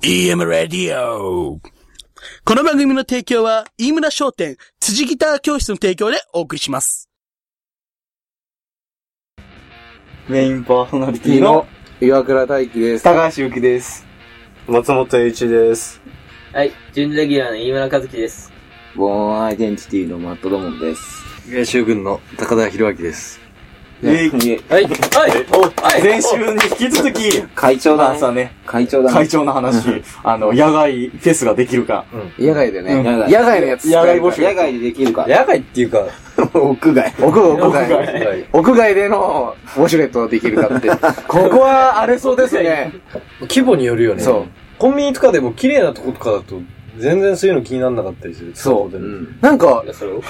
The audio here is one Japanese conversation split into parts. EM ラディオこの番組の提供は、飯村商店、辻ギター教室の提供でお送りします。メインパーソナリテいィいのの岩倉大輝です。高橋由紀です。松本栄一です。はい、準レギュラーの飯村和樹です。ボーンアイデンティティのマットドモンです。練習軍の高田博明です。えいいえはい、はい、はい、前週に引き続き、会長だあ。さね、会長だ。会長の話、あの、野外フェスができるか。野外でね。うん野外野外のやつ。野外募集野外でできるか。野外っていうか、屋外。屋屋外。外。屋外でのウォシュレットできるか って。ここは荒れそうですね。規模によるよね。そう。コンビニとかでも綺麗なとことかだと、全然そういうの気になんなかったりする。そうでうん。なんか、それを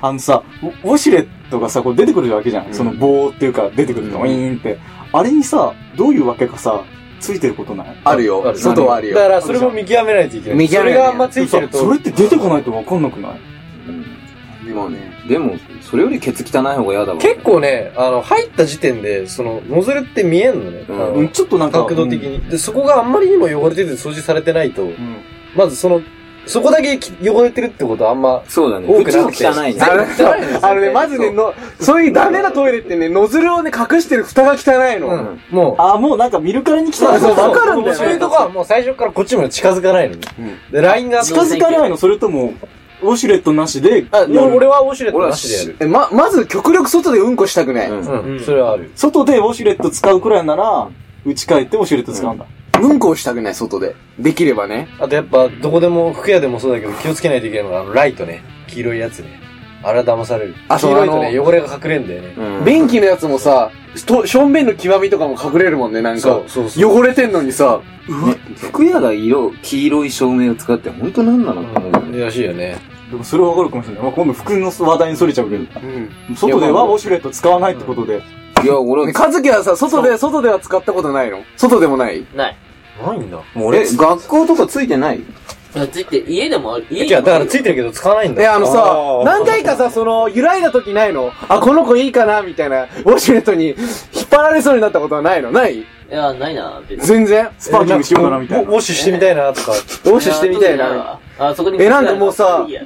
あのさ、ウウォシュレットがさ、こう出てくるわけじゃん。うんその棒っていうか、出てくるの、ウうんィーンって。あれにさ、どういうわけかさ、ついてることないあるよ。外はあるだよ。から、それも見極めないといけない。見極めないそれがあんまついてるさそとれっ、て出てこないとわかんなくないでもね、でも、それよりケツ汚い方が嫌だわ結構ね、あの、入った時点で、その、ノズルって見えんのね。うんあのうん、ちょっとなんか。角度的うんに。で、そこがあんまりにも汚れてて掃除されてないと、うん。まずその、そこだけき汚れてるってことはあんま、そうだね多くなくて。あれ全部汚いのあのね、まずね、の、そういうダメなトイレってね、ノズルをね、隠してる蓋が汚いの。うん。もう、あ、もうなんか見るからに来たそうそうわわかるんだよねそういうとこはもう最初からこっちまで近づかないのに。で、ラインが、近づかないのそれとも、ウォシュレットなしで、あ、でも俺はウォシュレット俺はなしでやる。え、ま、まず極力外でうんこしたくない。うん、ううん、それはある。外でウォシュレット使うくらいなら、打ち替えてウォシュレット使うんだ。こをしたくない、外で。できればね。あとやっぱ、どこでも、服屋でもそうだけど気をつけないといけないのが、あの、ライトね。黄色いやつね。あれは騙される。あ黄そう色いとね、汚れが隠れんだよね。ん。便器のやつもさ、と、正面の極みとかも隠れるもんね、なんそかう。そうそう。汚れてんのにさ、服屋が色、黄色い照明を使って、本当なんなのって思うよね。らしいよね。でもそれはわかるかもしれない。まあ、今度服の話題にそれちゃうけど。うん。外ではウォシュレット使わないってことで。いや、俺ね、かずきはさ、外で、外では使ったことないの外でもないない。ないんだ。もう俺、学校とかついてないいやついて、家でもある、家いにもや、だあかるらついてるけど使わないんだえ、よ。あのさ、何回かさ、その、揺らいだ時ないのあ、この子いいかなみたいな、ウォシュレットに引っ張られそうになったことはないのないいや、ないな、別に。全然。スパーキングしようかなみたいウォな。ッシュしてみたいなとか。ウォッシュしてみたいな。あ、そこに。えなんかもうさいや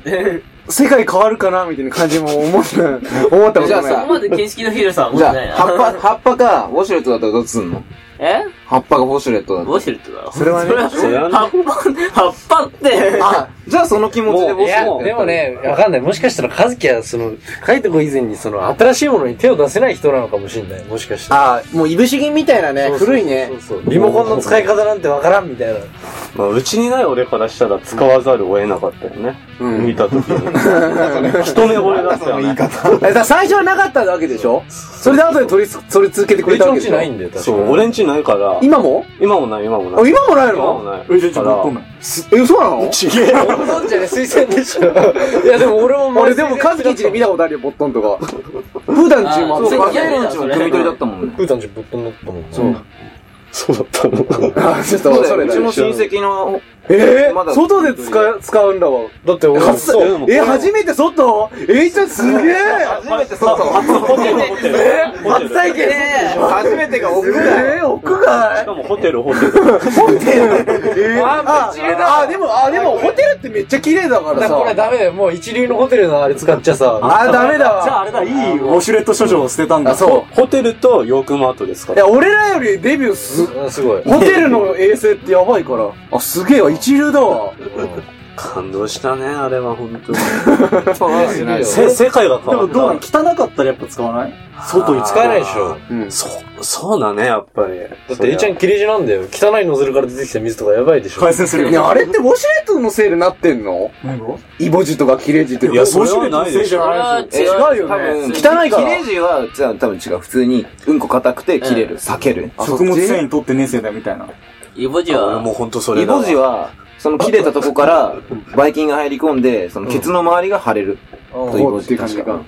そ世界変わるかなみたいな感じも思った思ったことない。じゃあさこまで見識の広さはもうじゃないな。あ、葉っぱ、葉っぱか、ウォシュレットだったらどうすんの え葉っぱがウォシュレットだったウォシュレットだろ。それはね葉っぱ、葉っぱって。 ら。あ、じゃあその気持ちでウォシいュレやット。でも。ね、わかんない。もしかしたら、和樹は、その、深いとこ以前に、その、新しいものに手を出せない人なのかもしれない。もしかしたら。ああ、もういぶし銀みたいなね、そうそう古いねそ。うそう。リモコンの使い方なんてわからんみたいな。まあ、うちにない俺からしたら使わざるを得なかったよね。見た時に。一目惚れだったよね。えさ最初はなかったわけでしょそれで後で取りつ、取り続けてくれ俺たちわけんでちしょないんだよ、確かそに。う、俺んちないから、今も今もない、今もあない。今もない今ものない。え、じゃあちょっと待っとんない。え、そうなの俺ご存知だね、推薦でしょ。いや、でも俺も、俺でも、カズキんちで見たことあるよ、ボットンとか。普段中もああったーそう、よバケルのうちも組み取りだったもんね。プータンちぶっ飛んだったもんな。そう。そうだったもん。あちょっそと、うだそよ、れうだちよの親戚の、えまだー、外で使う、使うんだわ。だって俺、初そう。え、初めて外えいちゃんすげえ初めて外ホテル、ホテル。初体験初めてが屋え外。ー、屋外しかもホテル、ホテル。えー、あ、あ、でも、あ、でも、ホテルってめっちゃ綺麗だからだからこれさ。ダメだよ。もう一流のホテルのあれ使っちゃさ。あ、ダメだじゃあわ。あれだ、いいウォシュレット処女を捨てたんだ。あ、そう。ホテルとヨークマートですかいら。や、俺らよりデビューす、うんすごい。ホテルの衛星ってやばいから。あ、すげえわ、一流だわ。感動したね、あれは本当に。すごいよせ世界が変でわもっどうなのた。汚かったらやっぱ使わない外に使えないでしょ。うん。そう、そうだね、やっぱり。だって、えいちゃん切れ字なんだよ。汚いノズルから出てきた水とかやばいでしょ。改善するいや、よ。あれってウォシュレットのせいでなってんの何がイボジとかキレジって。いや、それはないでしょ。それはえ違う。よ多分、汚いから切れ字は、じゃあ多分違う。普通に、うんこ硬くて切れる。裂ける。食物繊維取ってねえせいだみたいな。イボジ俺は、もう本当それイだわ。ボジは、その切れたとこから、ばい菌が入り込んで、そのケツの周りが腫れる。とイボジうん確か。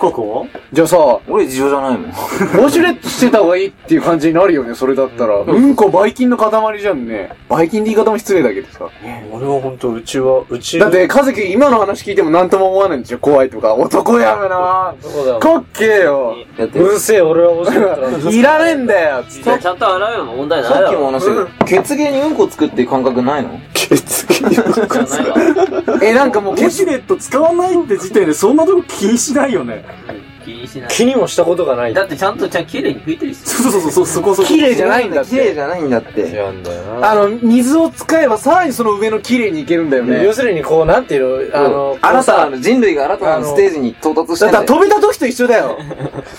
ここじゃあさ、俺自重じゃないもん。ウォシュレットしてた方がいいっていう感じになるよね、それだったら。うんこ、ばい菌の塊じゃんね。ばい菌って言い方も失礼だけどさ。俺は本当うちは、うちだって、和樹今の話聞いても何とも思わないんでしょ怖いとか。男やがなそうだよ。かっけえよだってう、るせえ、俺は面白いから。いらねえんだよつって。ちゃんと洗うよ、問題ないさっきもよ。話したけど、血芸にうんこ作って感覚ないのないわえ、なんかもう、ウォシュレット使わないって時点でそんなとこ気にしないよね。気にしない。気にもしたことがない。だってちゃんと、ちゃん綺麗に拭いてるし。そうそうそうそう、そこそこ。綺麗じゃないんだっ綺麗て。じゃないんだっ違て。うんだよな。あの、水を使えばさらにその上の綺麗にいけるんだよね要。するに、こう、なんていうの、あの、新たなる、人類が新たなるステージに到達しだたっんただらよ。飛べた時と一緒だよ。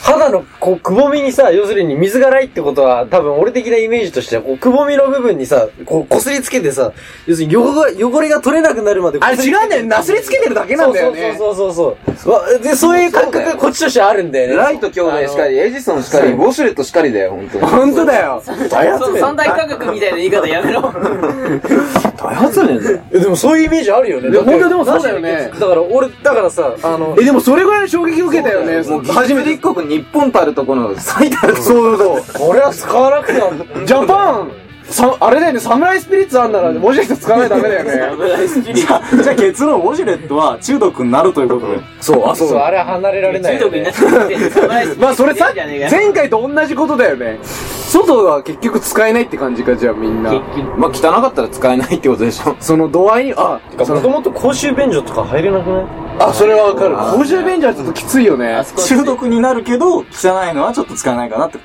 肌のこうくぼみにさ、要するに水がないってことは、多分俺的なイメージとしては、こうくぼみの部分にさ、こうこすりつけてさ、要するに汚れ汚れが取れなくなるまでこあすりれつ違うけんだよ。なすりつけてるだけなんだよね。そうそうそうそうそうわで、そういう感覚がこっちとしてあるんだよね。ライト兄弟しかり、エジソンしかり、ウォシュレットしかりだよ、本当に。本当だよ。そう、三大科学みたいな言い方やめろ。大発明だよ。えでもそういうイメージあるよね。だって本当でもそうだよねだから俺、だからさ、あの、え、でもそれぐらいの衝撃を受けたよね。もう、初めて一国日本たるとこの最たる。そうそうこれは使わなくては、ジャパンさ、あれだよね、サムライスピリッツあんなら、もしかして使わないとダメだよね。じゃあ、じゃあ結論、ウォシュレットは中毒になるということで。そう、あ、そう、あれは離れられない中よ毒になねっ。ちゃって。まあそれさ、じゃねえかよ前回と同じことだよね。外は結局使えないって感じか、じゃあみんな。結局まあ、汚かったら使えないってことでし ょ。その度合いに、あ、もともと公衆便所とか入れなくないあ、それはわかる。公衆便所はちょっときついよねあ。そこ中毒になるけど、汚いのはちょっと使えないかなって。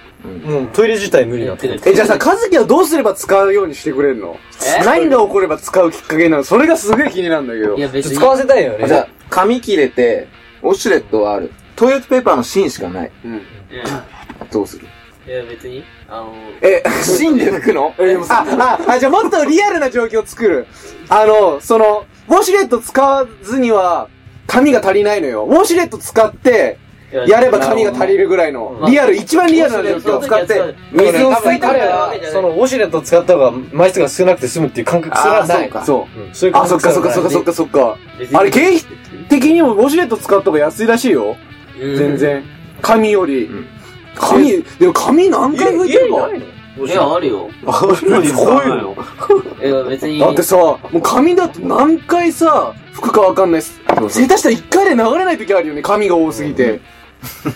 もうトイレ自体無理だって。え、じゃあさ、和樹はどうすれば使うようにしてくれるのえ何が起これば使うきっかけになるのそれがすげえ気になるんだけどい。や別に使。わせたいよね。じゃあ、紙切れて、ウォシュレットはある。トイレットペーパーの芯しかない。うんどうするいや別に。あの、え、芯で拭くのあ、あ、あ、じゃあもっとリアルな状況を作る。あの、その、ウォシュレット使わずには、紙が足りないのよ。ウォシュレット使って、やれば紙が足りるぐらいの、リアル、一番リアルな状況を使って、水を吸い取彼れはば、そのウォシュレットを使った方が枚数が少なくて済むっていう感覚すらない。かそ。うんそういううあ、そっかそっかそっかそっかそっか。あれ、経費的にもウォシュレット使った方が安いらしいよ。全然。紙よりん。紙、でも紙何回拭いてるかいやあるよ。何使わないのいや別に。だってさ、もう紙だと何回さ、拭くかわかんないっす。そうそう下手したら一回で流れない時あるよね、紙が多すぎて。 そ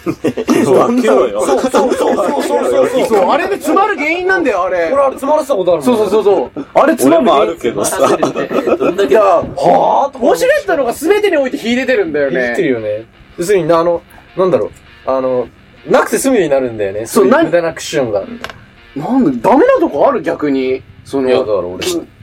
う、切ろうよ。そうそうそうそうそうそうそう。あれで詰まる原因なんだよ、あれ俺。あれ詰まらせたことあるもん。そうそうそうそう。あれ詰ま俺るもあ原る因。けさどさ。どんだいけや、はぁウォシュレットの方が全てにおいて秀でてるんだよ言ってるね。よね。要するにな、あの、なんだろう、あの、なくて済むようになるんだよね。そうななん無駄なクッションが。なんで、ダメなとこある逆に。そいや、だかの、ら俺、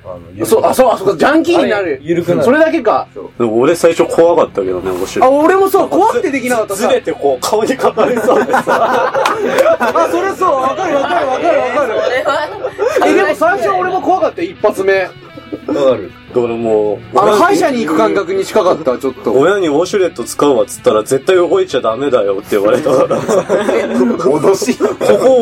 あの、そう、あ、そう、あ、そうか、ジャンキーになあれる。緩くなるそれだけか。でも俺最初怖かったけどね、面あ、白い。俺もそう、怖くてできなかったずさ。れてこう、顔にかかりそうでさ。あ、それそう、わかるわかるわかるわかる。俺は、え、でも最初俺も怖かったよ、一発目。わかる。俺もう、あの、歯医者に行く感覚に近かった、ちょっと。親にウォシュレット使うわっつったら絶対動いちゃダメだよって言われたから、 こ脅し。こウ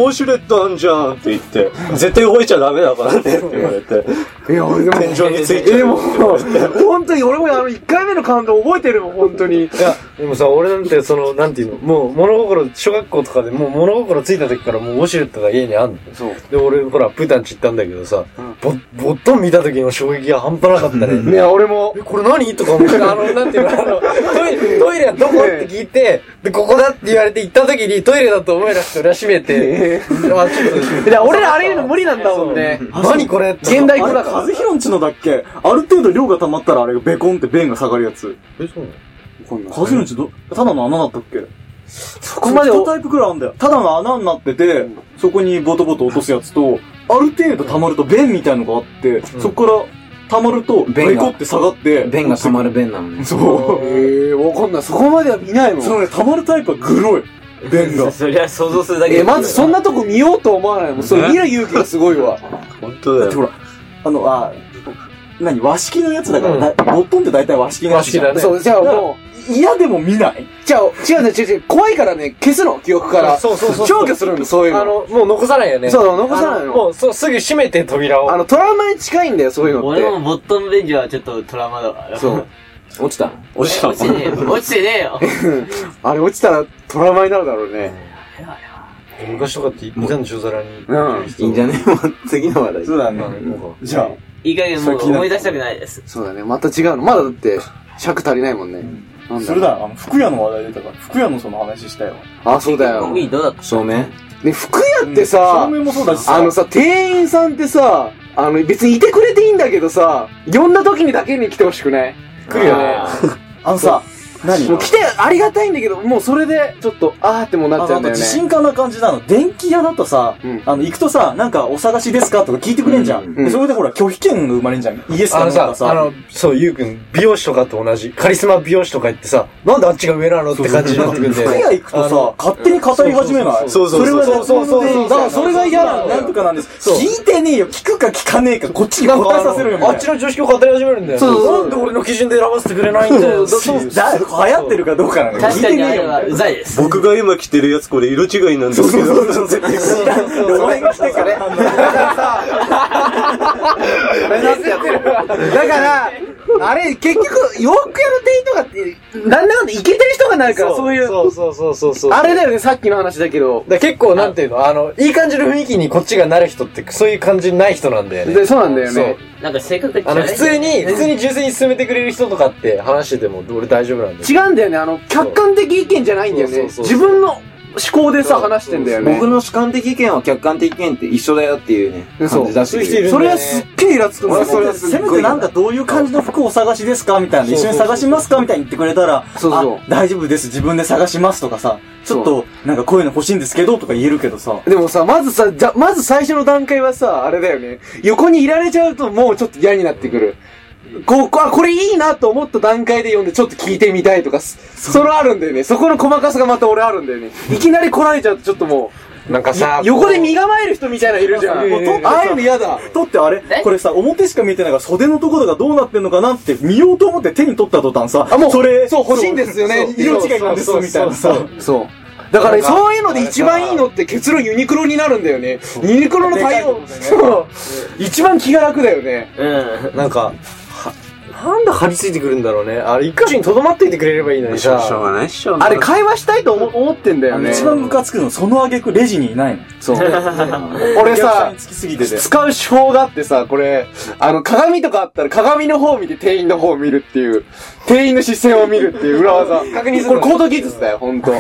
ォシュレットあんじゃんって言って、絶対動いちゃダメだからねって言われて、いや、俺でも、天井についちえ、ゃでうも、。本当に俺もあの、1回目の感動覚えてるもん、本当に。いや、でもさ、俺なんて、その、なんていうの、もう物心、小学校とかでもう物心ついた時からもうウォシュレットが家にあんの。そう。で、俺、ほら、プータンチ行ったんだけどさ、ぼ、ぼっとん見た時の衝撃が半端なかった ね。いや、俺もえ、、これ何とか思って、 あの、なんていうの、あの、トイレ、トイレはどこって聞いて、で、ここだって言われて行った時に、トイレだと思い出して裏閉めて、あ、ちょっいや、俺らあれ言うの無理なんだもんね。と、何これって。現代あ語れ、だカかズヒロンチのだっけある程度量が溜まったらあれがベコンって便が下がるやつ。え、そうなのカズヒロンチど、ただの穴だったっけそこまで2タイプくらいあるんだよ。ただの穴になってて、そこにボトボト落とすやつと、ある程度溜まると便みたいのがあって、そこから溜まると、便がベコって下がって、便が溜まる便なのね。そう。ら。ええ、わかんない。そこまでは見ないもそん。のね、溜まるタイプはグロい。便が。そりゃ想像するだけえ、まずそんなとこ見ようと思わないもん。それ見る勇気がすごいわ。本当だでほよ。ら、あの、あ、何、和式のやつだから、うんだボットンって大体和式のやつじゃん。和式だねそう、じゃあも嫌でも見ない。う、じゃあ、違う違う違う、怖いからね、消すの、記憶から。そうそうそう。消去するんだ、そういうあの。の、もう残さないよね。そう、残さないの。もう、そう、すぐ閉めて扉を。あの、トラウマに近いんだよ、そういうのっ俺て。もボットンベンジはちょっとトラウマだわ。そう。落ちたの落ちた落ちてねえよ。落ちてねえよ。あれ落ちたらトラウマになるだろうね。昔とかっていたんでしょ、皿に。うん。いいんじゃねもう次の話題。そうだね。じゃあ、いい加減もう思い出したくないです。そうだね。また違うの。まだだって、尺足りないもんね。なんそだれだ、あの、服屋の話題出たから、服屋のその話したよ。あ、そうだよ。コンビニどうだった照明ね、服屋ってさ照、明もそうだしさ、あのさ、店員さんってさ、あの、別にいてくれていいんだけどさ、呼んだ時にだけに来てほしくない来るよね。あのさ、何もう来てありがたいんだけど、もうそれで、ちょっと、あーってもうなっちゃあうんの、だよね自。信家な感じなの。電気屋だとさうん、あの、行くとさ、なんかお探しですかとか聞いてくれんじゃん。んでそれでほら、拒否権が生まれんじゃん。イエスあかノのーかさ、あさ。の、そう、ゆうくん、美容師とかと同じ、カリスマ美容師とか言ってさ、なんであっちが上なのって感じになってくるんだよ服ね。屋行くとあのさ、、勝手に語り始めないそうそそうそうそうれはそうそうそうでそうだからそれが嫌なんだそうなんとかなんです。そう聞いてねえよ。聞くか聞かねえか、こっちになんか答あえさせるよみの、たいあっなち。の女子を語り始めるんだよ。そうそうなんで俺の基準で選ばせてくれないんだ よ。そうだ流行ってるかどうかなんか聞確いかてにねあえれよ。はうざいです。僕が今着てるやつこれ色違いなんですけど。お前が来てから。だから、あれ、結局、洋服屋の店員とかって、なんだかんだいけてる人がなるから、そういう。そうそうそうそうそう。あれだよね、さっきの話だけど。だから結構、なんていうの、あの、いい感じの雰囲気にこっちがなる人って、そういう感じない人なんだよね。で、そうなんだよね。なんか性格があの、違う普ね通に、普通に純粋に進めてくれる人とかって話してても、俺大丈夫なんだよ。違うんだよね、あの、客観的意見じゃないんだよね。そうそうそう自分の思考でさ、話してんだよね僕。の主観的意見は客観的意見って一緒だよっていうね、嘘感じ出してきてる。それはすっげえイラつくんだよ俺それはすっごいせめてなんかどういう感じの服をお探しですかみたいな、一緒に探しますかみたいに言ってくれたら、そうそうあ大丈夫です、自分で探しますとかさ、ちそょうっと、なんかこういうの欲しいんですけどとか言えるけどさ、でもさ、まずさ、じゃ、まず最初の段階はさ、あれだよね。横にいられちゃうともうちょっと嫌になってくる。こう、こあ、これいいなと思った段階で読んでちょっと聞いてみたいとか、そそれあるんだよね。そこの細かさがまた俺あるんだよね。いきなり来られちゃうとちょっともなんかう、よさ、横で身構える人みたいなのいるじゃん。いるいるいるああいうの嫌だ。だってあれえこれさ、表しか見えてないから袖のところがどうなってんのかなって見ようと思って手に取った途端さ、あもうそれ、そう欲しいんですよねそう色違いなんですみたいなさ。そう。だから、そういうので一番いいのって結論ユニクロになるんだよね。ユニクロの対応、そう。一番気が楽だよね。うん。なんか、はなんで張り付いてくるんだろうね。あれ、一箇所に留まっていてくれればいいのにさ。がないっしょあれ、会話したいと思思ってんだよね。一番ムカつくの、その挙句レジにいないの。そう。俺お客さんさに、つきすぎてて。使う手法があってさ、これ、あの、鏡とかあったら鏡の方見て店員の方を見るっていう、店員の視線を見るっていう裏技。確認する。これ高等技術だよ、ほんと。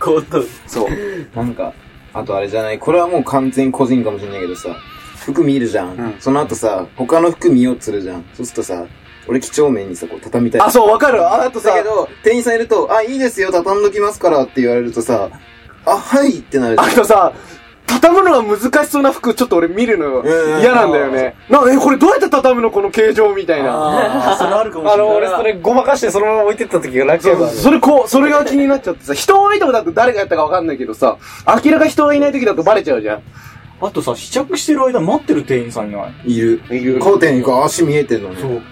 こうと。そう。なんか、あとあれじゃない、これはもう完全個人かもしれないけどさ、服見るじゃん。その後さ、他の服見ようとするじゃん。そうするとさ、俺几帳面にさ、こう畳みたい。あ、そう、わかる。ああとさだ、けど、店員さんいると、あ、いいですよ、畳んどきますからって言われるとさ、あ、はいってなるじゃあとさ、畳むのが難しそうな服ちょっと俺見るのうん嫌なんだよね。な、え、これどうやって畳むのこの形状みたいな。あーそれあるかもあしれの、ない俺、それ、ごまかしてそのまま置いてった時が楽やからね。それこう、それが気になっちゃってさ、人多いとこだと誰がやったかわかんないけどさ、明らか人がいない時だとバレちゃうじ ゃん。あとさ、試着してる間待ってる店員さんいない。ん。いる。いるカーテンにこう足見えてんのそう。に。いや、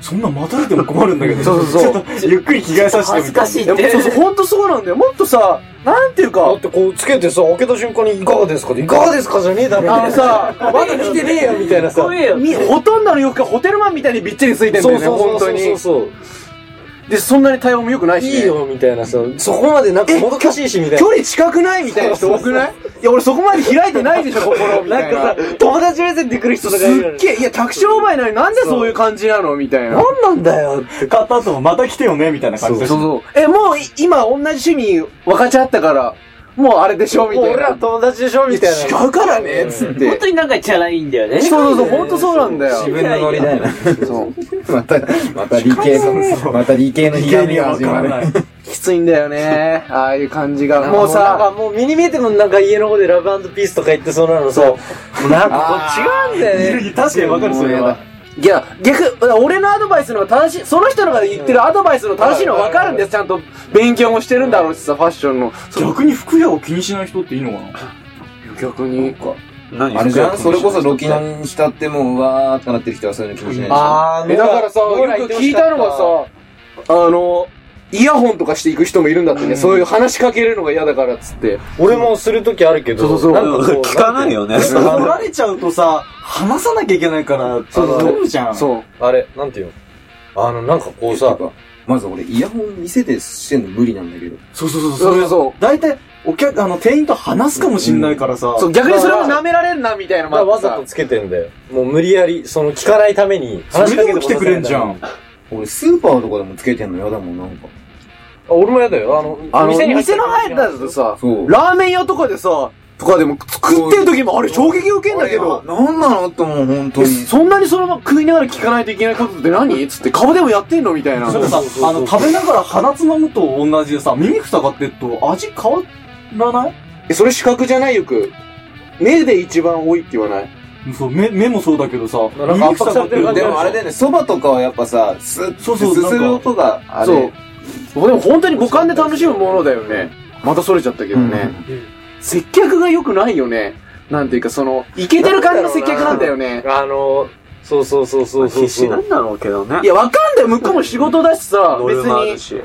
そんな待たれても困るんだけど。そうそうそうちょっとゆっくり着替えさせて恥みずたいかな。しいいや、っそうそう、て。ほんとそうなんだよ。もっとさ、なんていうだかっ、てこうつけてさ、開けた瞬間にいかがですかって、いかがですかじゃねえだろ。あのさ、まだ来てねえよ、みたいなさ。怖えよ。みほとんどの洋服がホテルマンみたいにびっちりついてんだよね、本当に。そうで、そんなに対応も良くないし、ね。いい。よ、みたいなさ。そこまでなんかもどかしいし、みたい距離近くないみたいな人多くないいや、俺そこまで開いてないでし ょ、心。みたな。ないんなか。さ、友達目線で来る人とかいるよねすっげえ、いや、宅商売なのになんでそういう感じなのみたいな。なんなんだよって。買った後もまた来てよね、みたいな感じでそうそう。え、もうい今同じ趣味分かち合ったから、もうあれでしょみもうたい俺なら。友達でしょみたいな。違うからね、つっ本て。当になんかチャラいんだよね。そうそうそう、ほんとそうなんだよ。自分のノリだよな。そう。また、また理系の、また理系の嫌歪み味がわ始かまらる。ない。きついんだよね。ああいう感じが。ももううさ、なんさ、かもうミニ見えてもなんか家の方でラブピースとか言ってそうなのさ。なんかこう違うんだよ ね。確かにわかる、それは。いや、逆、俺のアドバイスの方が正しい、その人のが言ってるアドバイスの正しいのは分かるんです。ちゃんと勉強もしてるんだろうしさ、ファッションの。逆に服屋を気にしない人っていいのかな逆に。何あれじゃんそれこそロキナに浸ってもう、わーってなってる人はそういうの気持ちないでしょ。あーえ、だからさ、よノーラノーラく聞いたのがさ、あの、イヤホンとかしていく人もいるんだってね。そういう話しかけるのが嫌だからっつって。俺もするときあるけど。そうそうなんかこうないよね。取られちゃうとさ、話さなきゃいけないから、そうそう取るじゃん。そう。あれ、なんていうのあの、なんかこうさ、てかまず俺イヤホン店でしてんの無理なんだけど。そうそうそうそそううそ大体、お客、あの、店員と話すかもしんないからさ。う。そう、逆にそれも舐められるな、みたいなのもまああ、ってわさざとつけてんだよ。もう無理やり、その聞かないためにそれでもこ来さてくれんじゃあん。俺スーパーとかでもつけてんの嫌だもん、なんか。俺もやだよ。あの、あの、入っ店ての入ったとさ、そう。ラーメン屋とかでさ、とかでも作ってる時もあれ衝撃受けんだけど、なんなのって思う、本当えに。そんなにそのまま食いながら聞かないといけないことって何つって顔でもやってんのみたいな。それさ、あの、食べながら鼻つまむと同じでさ、耳塞がってると味変わらないえそれ視覚じゃないよく。目で一番多いって言わない。そう、目、目もそうだけどさ、なんか耳圧迫塞さがってれてるる感じでもあれだよね、蕎麦とかはやっぱさ、す、そうすそうする音が、あれ。そう。でも本当に五感で楽しむものだよね。またそれちゃったけどうんね。接客が良くないよね。なんていうかその、いけてる感じの接客なんだよね。あの、そうそうそうそうそう。必死なんだろうけどねい。や、わかんない向こうも仕事だしさ、ノ別ルマあにる。し。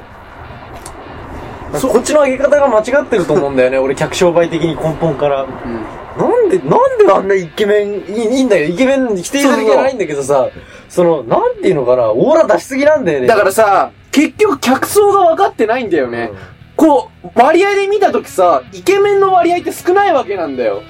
こっちの上げ方が間違ってると思うんだよね。俺、客商売的に根本から。なんで、なんであんなイケメン、いいいいんだよ。イケメン否定する気じゃないんだけどさ、その、なんていうのかな、オーラ出しすぎなんだよね。だからさ、結局客層が分かってないんだよね。うんこう、割合で見たときさ、イケメンの割合って少ないわけなんだよ。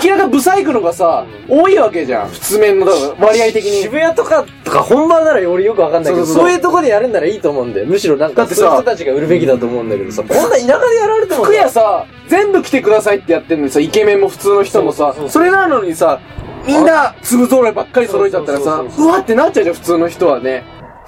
明らかブサイクのがさ、多いわけじゃん。普通面の、だから割合的に。渋谷とか、とか本番なら俺よくわかんないけど、そそううそうそういうとこでやるんならいいと思うんだよ。むしろなんだか、ってそさういう人たちが売るべきだと思うんだけどさ、こんな田舎でやられてもさ服屋さ、全部来てくださいってやってんのにさ、イケメンも普通の人もさ、それなのにさ、みんな粒揃いばっかり揃えちゃったらさ、そうそうそううわってなっちゃうじゃん、普通の人はね。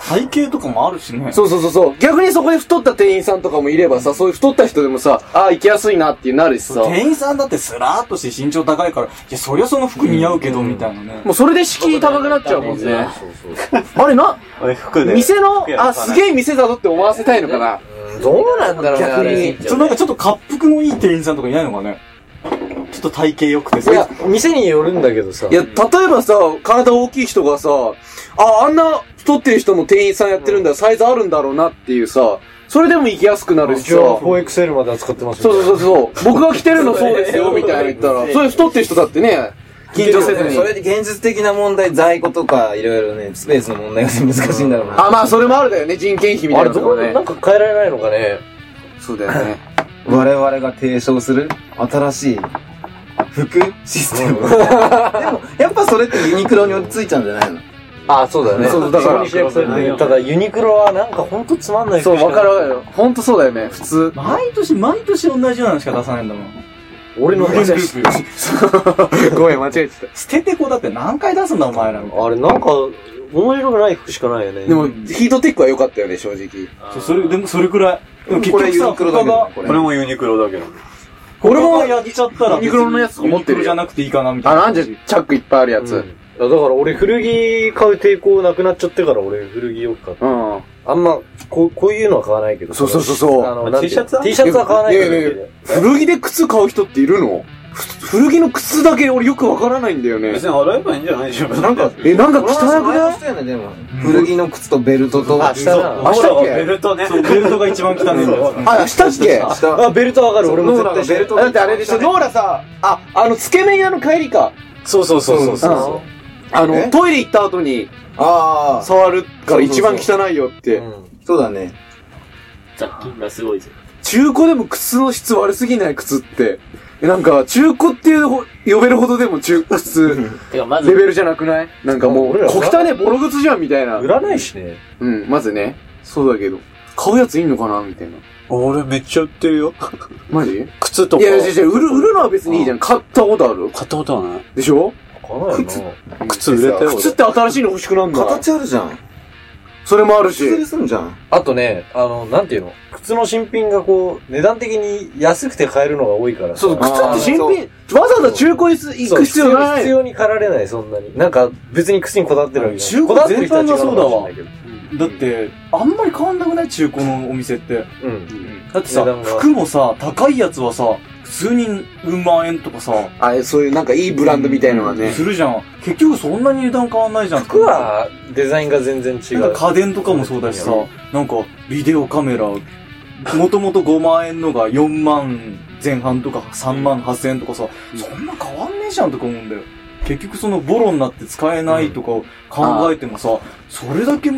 体型とかもあるしね。そうそうそうそう。逆にそこで太った店員さんとかもいればさ、そういう太った人でもさ、ああ、行きやすいなってなるしさ。店員さんだってスラーっとして身長高いから、いや、そりゃその服似合うけど、みたいなね。もうそれで敷居高くなっちゃうもんね。あれな、俺服で。店の服、屋あ、のさすげえ店だぞって思わせたいのかな。どうなんだろうね、あれ。それなんかちょっと滑覆のいい店員さんとかいないのかねちょっと体型良くてさ。いや、店によるんだけどさ。いや、例えばさ、体大きい人がさ、あ、あんな太ってる人も店員さんやってるんだ、サイズあるんだろうなっていうさ、それでも行きやすくなるしさ。一応 4XL まで扱ってますそうそうう。そうそう。僕が着てるのそうですよ、みたいな言ったら。それ太ってる人だってね、緊張せずそに。れで現実的な問題、在庫とか、いろいろね、スペースの問題が難しいんだろうな。あ、まあそれもあるだよね、人件費みたあいれなのどとうかなねん。か変えられないのかね。そうだよね。我々が提唱する新しい服システム。でも、やっぱそれってユニクロに落ち着いちゃうんじゃないのあ、そうだね。そうだからそこに主役されてるただ、ユニクロはなんかほんとつまんないそ服う、しかわかるわかるよ。ほんとそうだよね、普通。毎年、毎年同じようなのしか出さないんだもん。俺の変だし。ごめん、間違えて捨ててこだって何回出すんだ、お前らみたいあれなんか、面白くない服しかないよね。た。でも、ヒートテックは良かったよね、正直。な。そうそれ、でもそれくらい。でも結これ局ユさ、ニクロだけ他どがね、、これ俺。もユニクロだけど。俺もやっちゃったら、ユニクロのやつ別に持ってユニクロるよじゃなくていいかな、みたあ、いな。なんじゃ、チャックいっぱいあるやうんつ。いやだから俺古着買う抵抗なくなっちゃってから俺古着よく買った。うん。あんま、こう、こういうのは買わないけど。そうそうそうそうあの、まあなんていう T シャツは ?T シャツは買わないけどいやいやいや古着で靴買う人っているのふ古着の靴だけ俺よくわからないんだよね別。に洗えばいいんじゃないでしょ。なんか、え、なんか俺は汚くない前もしたよねでも古着の靴とベルトと。あ、下だな。あ、明日ほっけら、ベルトね。そう、ベルトが一番汚いんだよ。あ、したっけ下あ、ベルトはわかる。俺も絶対ベルトだってあれでしょ、ノーラさ、あ、あの、つけ麺屋の帰りか。そうそうそうそうそあえの、トイレ行った後にああ、触るから一番汚いよっう。てう。んそうだね。雑菌がすごいじ中古でも靴の質悪すぎない靴って。えなんか、中古っていうほ呼べるほどでも中、靴、ゃん。てか、まずレ、ベルじゃなくないなんかもう、俺ら小汚ねボロ靴じゃんみたいな売。らないしね。うん、まずね。そうだけど。買うやついんのかなみたいな。俺めっちゃ売ってるよ。マジ靴といか。や、違う違う、売る、売るのは別にいいじゃん。買ったことある買ったことはない。でしょ買わないよな。靴売れたよ。靴って新しいの欲しくなんだ。形あるじゃん。それもあるし。靴ですんじゃん。あとね、あの、なんていうの靴の新品がこう、値段的に安くて買えるのが多いからさ。そう、靴って新あ品、わざわざ中古にす行く必要なそう必い。要に駆られない、そんなに。なんか、別に靴にこだわってるわけじゃない。中古こだわってる人は違のかもしれないけどだって、あんまり変わんなくない中古のお店って。うん。だってさ値段、が服もさ、高いやつはさ、普通にうん万円とかさ、あ、そういうなんかいいブランドみたいのはねす。るじゃん。結局そんなに値段変わんないじゃん。服は、デザインが全然違なんう。か家電とかもそうだしさ、なんかビデオカメラ、もともと5万円のが4万前半とか3万8千円とかさ、そんな変わんねえじゃんとか思うんだよ。結局そのボロになって使えないとか考えてもさ、それだけ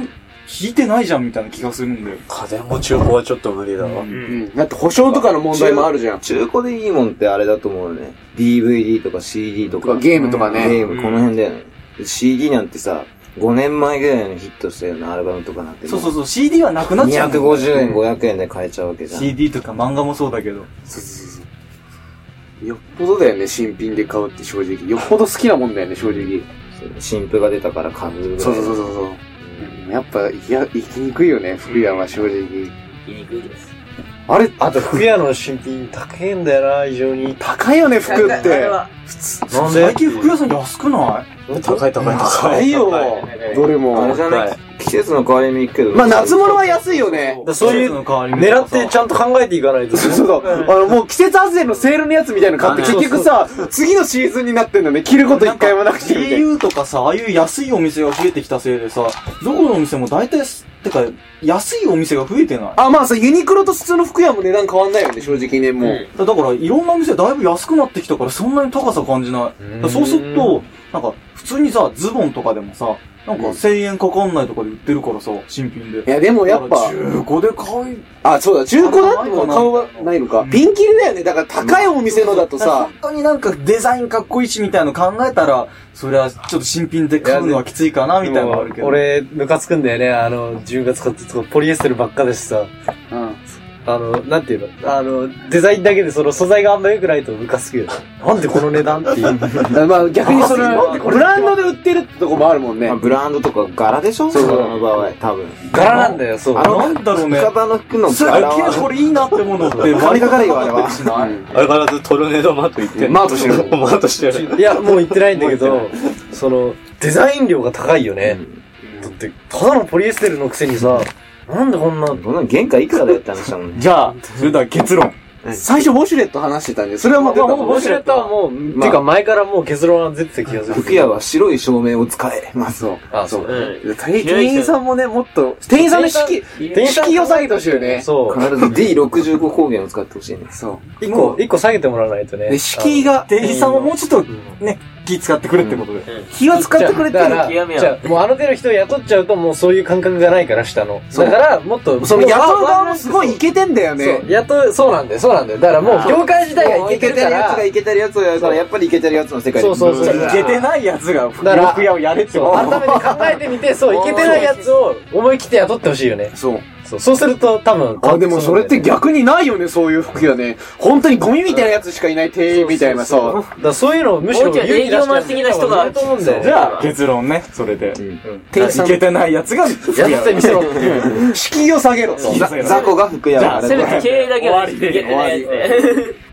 引いてないじゃんみたいな気がするんだよ。家電も中古はちょっと無理だわ。うん。だって保証とかの問題もあるじゃん。中古でいいもんってあれだと思うよね。DVD とか CD ととかか。ゲームとかね。ゲーム、この辺だよね。CD なんてさ、5年前ぐらいのヒットしたようなアルバムとかなんて。そうそうそう、CD はなくなっちゃうんだよ。 250円、500円で買えちゃうわけじゃん。 CD とか漫画もそうだけど。よっぽどだよね、新品で買うって正直。よっぽど好きなもんだよね、正直。新譜が出たから買うぐらい。そうそうそうそうそう。うんやっぱ、いや、行きにくいよね、福山は正直。言いにくいです。あれ、あと、服屋の新品高いんだよな、異常に。高いよね、服っあれて。はなん最近服屋さん安くない高い高い高高い。いよ。あどれれもじ。ゃない季節の変わり目行くけど。まあ、夏物は安いよね。だそういう季節の変わり目と狙かっさてちゃんと考えていか ないと。そうそうそう。あの、もう季節外れのセールのやつみたいなの買って、結局さ、次のシーズンになってんだね。着ること一回もなくてみたいな。 au とかさ、ああいう安いお店が増えてきたせいでさ、どこのお店も大体す、てか、安いお店が増えてない。あ、まあさ、ユニクロと普通の服屋も値段変わんないよね、正直ね、もう。だだから、いろんなお店だいぶ安くなってきたから、そんなに高さ感じない。だからそうすると、なんか、普通にさ、ズボンとかでもさ、なんか1000円かかんないとかで売ってるからさ、新品で。いや、でもやっぱ、中古で買い、あ、そうだ、中古だってもう顔がないのか。ピンキリだよね。だから高いお店のだとさ本、当になんかデザインかっこいいしみたいなの考えたら、そりゃちょっと新品で買うのはきついかなみたいなのあるけど。俺、ムカつくんだよね。あの、自分が使ってたポリエステルばっかだしさ。あの、なんていうのあの、デザインだけでその素材があんま良くないとムカつくよ。なんでこの値段っていう。まあ逆にその、ブランドで売ってるってとこもあるもんねまあ、。ブランドとか柄でしょそう柄の場合、多分。柄なんだよ、そう。あのなんだろうね浴衣の服のそれ明柄らかにこは。れいいなってものって、割高だよ、あれは。相変わらずトルネードマート行ってマートしてるマートしてる。いや、もう言ってないんだけど、その、デザイン量が高いよね。だって、ただのポリエステルのくせにさ、なんでこんな、どんなの原価いくらだよって話だもんね。じゃあ、それでは結論。最初ウォシュレット話してたんで、それはもう出たもんウォシュレットはもう、まあてか前からもう結論は出てた気がする。服屋は白い照明を使え。まず。そう。あ、そう。うん。店員さんもね、もっと、店員さんの式、店員さん式を下げてほしいよね。そう。必ず D65 光源を使ってほしいね。そ一個、一個下げてもらわないとね。う。で、敷居が、店員さんはもうちょっと、ね、気使ってくれってことで。気は使ってくれてだかる。ら、極めはじゃあもうあの程度人を雇っちゃうともうそういう感覚がないから、下の。だから、もっと、その、雇野党う側もすごいイケてんだよねそう、。雇う、そうなんだよ、そうなんだよ。だからもう業界自体がいけてるかやつらが、いけてるやつをやるから、やっぱりいけてるやつの世界そうそうそう。いけてないやつが、だから服屋をやれってこ改めて考えてみて、そう、いけてないやつを思い切って雇ってほしいよね。そう。そうそうすると多分。あ、でもそれって逆にないよね、そういう服屋ね。本当にゴミみたいなやつしかいない店員みたいなださ。からそういうのをむしろもうちょい営業マン的な人が勇気出してやる方いいと思うんだよと。ね。じゃあ、結論ね、それで。店員いさんけてないやつが、服やってみせろっていう。敷居を下げろ。屋雑魚が服屋をじゃああれせめて経営だけは終わりでいけてないやつで。